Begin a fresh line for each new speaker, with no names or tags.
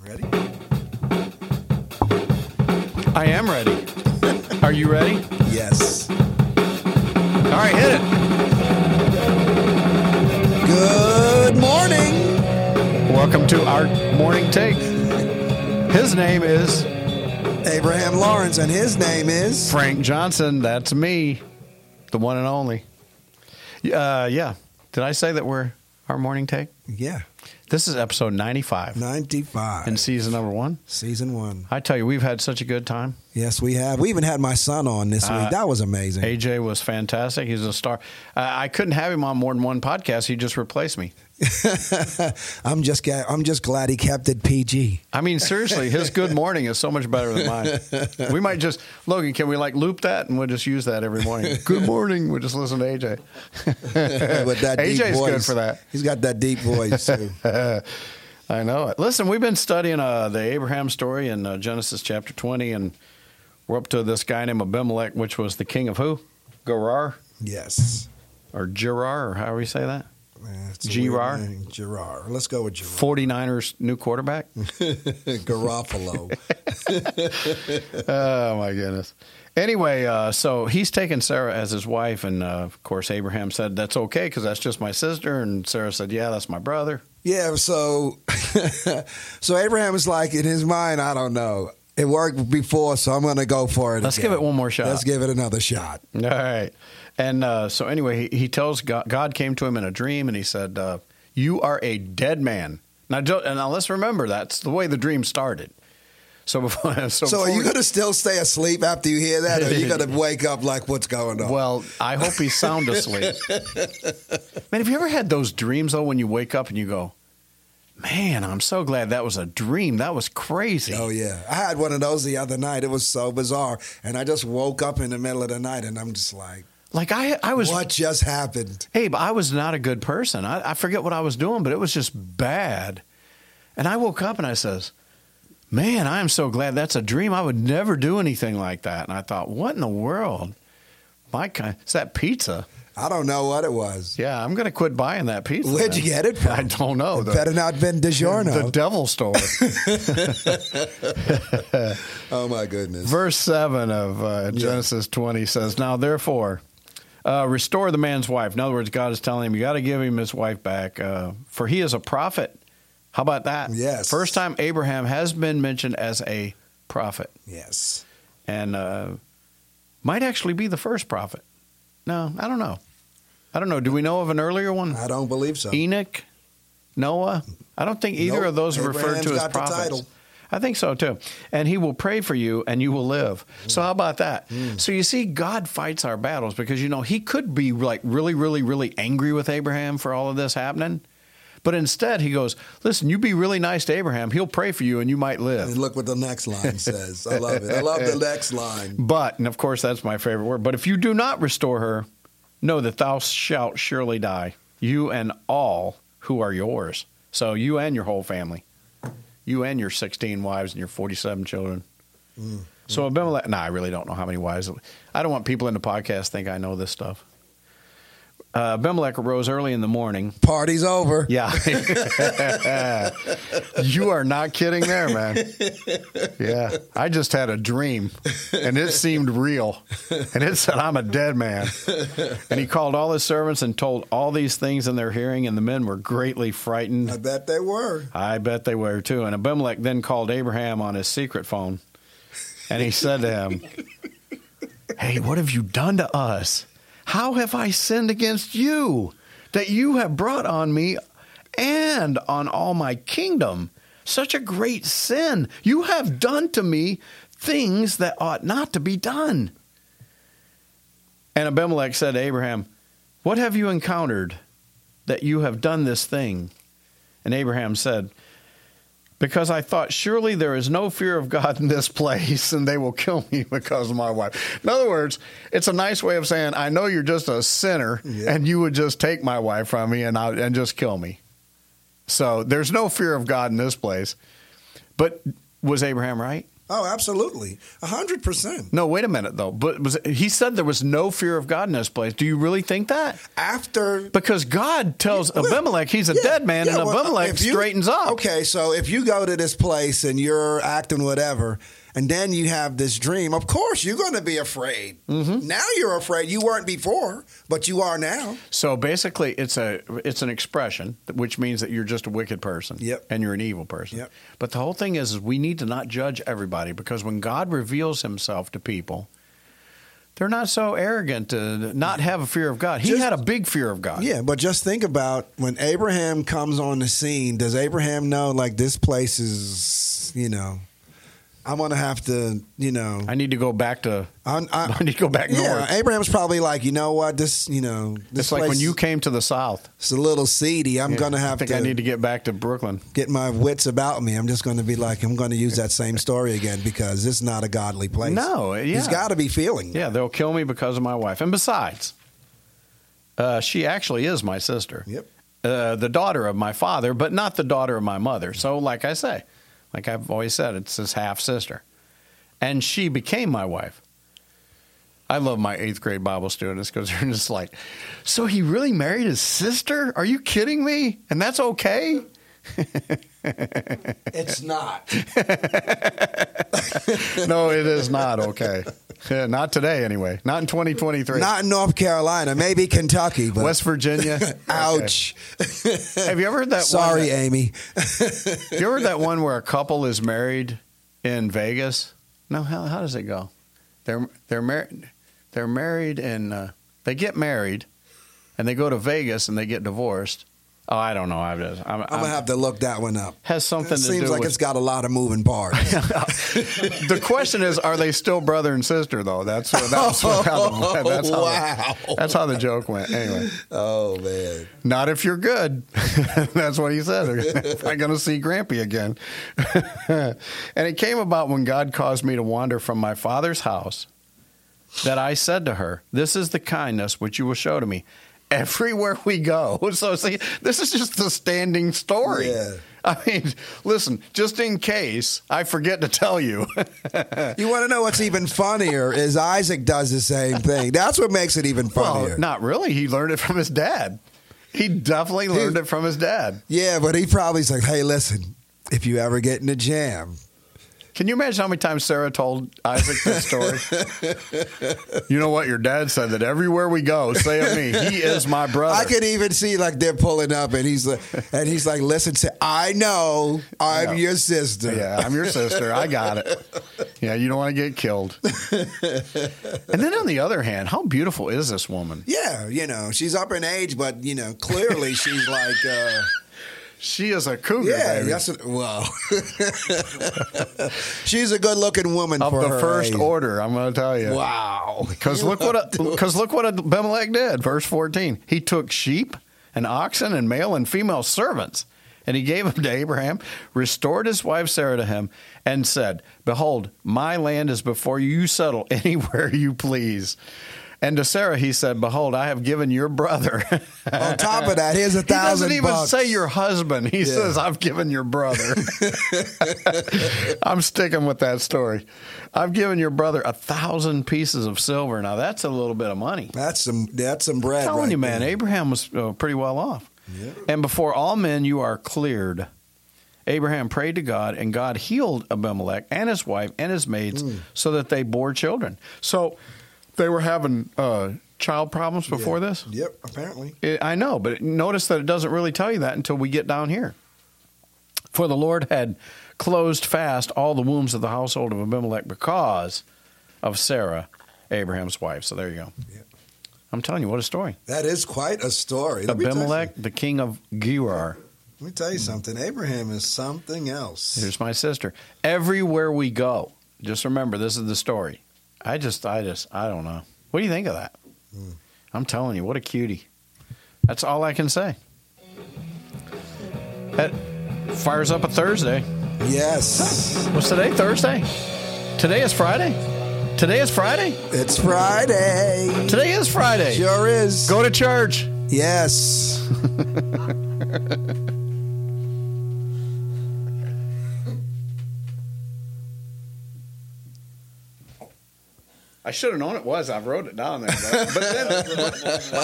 Ready?
I am ready. Are you ready?
Yes.
All right, hit it.
Good morning.
Welcome to our morning take. His name is
Abraham Lawrence, and his name is.
Frank Johnson. That's me, the one and only. Uh, yeah. Did I say that we're our morning take?
Yeah,
This is episode 95
95.
in season number one.
season one.
I tell you, we've had such a good time.
Yes, we have. We even had my son on this
Uh,
week. That was amazing.
AJ was fantastic. He's a star. Uh, I couldn't have him on more than one podcast. He just replaced me.
I'm just. ga- I'm just glad he kept it PG.
I mean, seriously, his good morning is so much better than mine. We might just, Logan, can we like loop that and we'll just use that every morning? Good morning. We'll just listen to AJ.
With that deep
AJ's
voice.
good for that.
He's got that deep voice too.
I know it. Listen, we've been studying uh, the Abraham story in uh, Genesis chapter 20, and we're up to this guy named Abimelech, which was the king of who? Gerar
yes.
or Gerar, or however you say that.
Yeah, it's a
Gerard?
weird name. Gerard. Let's go with Gerard.
49ers new quarterback.
Garofalo.
Oh my goodness. Anyway, uh, so he's taken Sarah as his wife, and uh, of course Abraham said that's okay because that's just my sister, and Sarah said, yeah, that's my brother.
Yeah, so so Abraham is like in his mind, I don't know. It worked before, so I'm going to go for it.
Let's
again.
give it one more shot.
Let's give it another shot.
All right. And uh, so anyway, he, he tells God, God came to him in a dream, and he said, uh, "You are a dead man." Now, jo- and now let's remember that's the way the dream started. So before,
So,
so, before
are you
we-
going to still stay asleep after you hear that, or are you going to wake up like, what's going on?
Well, I hope he's sound asleep. man, have you ever had those dreams though when you wake up and you go, Man, I'm so glad that was a dream. That was crazy.
oh yeah, I had one of those the other night. It was so bizarre, and I just woke up in the middle of the night, and I'm just like,
Like I I was
what just happened?
hey, but I was not a good person. I, I forget what I was doing, but it was just bad. And I woke up and I says, Man, I am so glad that's a dream. I would never do anything like that. And I thought, what in the world? My kind, it's that pizza.
I don't know what it was.
Yeah, I'm going to quit buying that pizza.
Where'd
then.
you get it from?
I don't know.
It
The-
better not been DiGiorno.
The devil store.
oh my goodness.
Verse 7 of uh, Genesis 20 says, Now therefore, uh, restore the man's wife. In other words, God is telling him, you got to give him his wife back, uh, for he is a prophet. How about that?
Yes.
First time Abraham has been mentioned as a prophet,
yes.
and uh, might actually be the first prophet. No, I don't know. I don't know. Do we know of an earlier one?
I don't believe so.
Enoch, Noah. I don't think either
Nope.
of those are referred
Abraham's
to as
got the
prophets.
title.
I think so too. And he will pray for you and you will live. So, how about that?
Hmm.
So, you see, God fights our battles because, you know, he could be like really, really, really angry with Abraham for all of this happening. But instead, he goes, Listen, you be really nice to Abraham. He'll pray for you and you might live.
And look what the next line says. I love it. I love the next line.
But, and of course, that's my favorite word, but if you do not restore her, know that thou shalt surely die, you and all who are yours. So you and your whole family, you and your 16 wives and your 47 children. So Abimelech, no, I really don't know how many wives. I don't want people in the podcast think I know this stuff. Uh, Abimelech arose early in the morning.
Party's over.
Yeah. you are not kidding there, man. Yeah. I just had a dream and it seemed real. And it said, I'm a dead man. And he called all his servants and told all these things in their hearing, and the men were greatly
I
frightened.
bet they were.
I bet they were too. And Abimelech then called Abraham on his secret phone and he said to him, Hey, what have you done to us? How have I sinned against you that you have brought on me and on all my kingdom such a great sin? You have done to me things that ought not to be done. And Abimelech said to Abraham, What have you encountered that you have done this thing? And Abraham said, because I thought surely there is no fear of God in this place and they will kill me because of my wife. In other words, it's a nice way of saying, I know you're just a sinner
Yeah.
and you would just take my wife from me and, I, and just kill me. So there's no fear of God in this place. But was Abraham right?
Oh, absolutely. a 100%.
No, wait a minute though. But was, he said there was no fear of God in this place. Do you really think that?
After
Because God tells
Well,
Oh, Abimelech he's a
yeah,
dead man,
yeah,
and
well,
Abimelech
if you-
straightens up.
Okay, so if you go to this place and you're acting whatever, and then you have this dream, of course you're going to be afraid.
Mm-hmm.
Now you're afraid. You weren't before, but you are now.
So basically, it's a it's an expression which means that you're just a wicked person,
Yep.
and you're an evil person.
Yep.
But the whole thing is, is we need to not judge everybody because when God reveals Himself to people, they're not so arrogant to not have a fear of God. He
Just-
had a big fear of God.
Yeah, but just think about when Abraham comes on the scene. Does Abraham know like this place is, you know, I'm gonna have to, you know,
I need to go back to.
I'm,
I,
I,
need to go back
yeah.
north.
Abraham's probably like, you know what, this, you know, this
It's like when
place
you came to the south.
is a little seedy. I'm gonna
I
have
think
to,
I need to get back to Brooklyn.
get my wits about me. I'm just gonna be like, I'm gonna use that same story again because it's not a godly place.
No, yeah.
he's got to be feeling.
Yeah, they'll kill me because of my wife. And besides, uh, she actually is my sister.
Yep.
Uh, the daughter of my father, but not the daughter of my mother. So, like I say, like I've always said, it's his half sister. And she became my wife. I love my eighth grade Bible students because they're just like, so he really married his sister? Are you kidding me? And that's okay?
It's not.
no, it is not okay. Yeah, not today, anyway. Not in 2023.
Not in North Carolina, maybe Kentucky, but
West Virginia.
ouch.
Okay. Have you ever heard that? one
Sorry,
that-
Amy.
you ever heard that one where a couple is married in Vegas? No, how, how does it go? They're they're married. They're married and uh, they get married, and they go to Vegas and they get divorced. Oh, I don't know. I'm just,
I'm
I'm, I'm-
gonna have to look that one up.
has Um, something
It
to
seems
do
like
with.
it's got a lot of moving parts.
the question is, are they still brother and sister though? That's what, that's what- how the, that's how
wow.
the, that's how the joke went. Anyway.
oh man.
Not if you're good. That's what he said. I'm going to see Grampy again. and it came about when God caused me to wander from my father's house that I said to her, This is the kindness which you will show to me everywhere we go. So, see, this is just the standing story.
Yeah.
I mean, listen, just in case I forget to tell you.
You want to know what's even funnier is Isaac does the same thing. That's what makes it even funnier.
well, not really. He learned it from his dad. He definitely learned it from his dad.
Yeah, but he probably's like, "Hey, listen, if you ever get in a jam,
Can you imagine how many times Sarah told Isaac this story? you know what? Your dad said that everywhere we go, say of me, he is my brother.
I could even see like they're pulling up, and he's like, and he's like, listen, to, I know I'm
Yeah.
your sister.
yeah, I'm your sister. I got it. Yeah, you don't want to get killed. and then on the other hand, how beautiful is this woman?
Yeah, you know, she's up in age, but you know, clearly she's like, uh,
She is a cougar,
yeah,
baby.
that's a, well, she's a good-looking woman
of
for
the
her
first
age.
order, I'm going to tell you.
Wow,
Because look what because look what Abimelech did. Verse fourteen, he took sheep and oxen and male and female servants, and he gave them to Abraham. Restored his wife Sarah to him, and said, "Behold, my land is before you. You settle anywhere you please." And to Sarah he said, "Behold, I have given your brother."
On top of that, here's a
He doesn't
thousand
even
bucks.
say your husband. He says, I've given your brother. I'm sticking with that story. I've given your brother a thousand pieces of silver. Now, that's a little bit of money.
that's some that's some bread.
I'm telling
right
you, man,
there.
Abraham was uh, pretty well off.
Yeah.
And before all men, you are cleared. Abraham prayed to God, and God healed Abimelech and his wife and his maids
Mm.
so that they bore children. So they were having uh, child problems before
Yeah.
this?
Yep, apparently.
It, I know, but notice that it doesn't really tell you that until we get down here. For the Lord had closed fast all the wombs of the household of Abimelech because of Sarah, Abraham's wife. So there you go.
Yeah.
I'm telling you, what a story.
That is quite a story. Let me tell you
Abimelech, the king of Gerar.
something. Let me tell you something. Abraham is something else.
Here's my sister. Everywhere we go, just remember this is the story. I just, I just, I don't know. What do you think of that? I'm telling you, what a cutie. That's all I can say. That fires up a Thursday.
Yes.
What's today? Thursday? Today is Friday? Today is Friday?
It's Friday.
Today is Friday.
Sure is.
Go to church.
Yes.
I should have known it was. I wrote it down there. But, but then,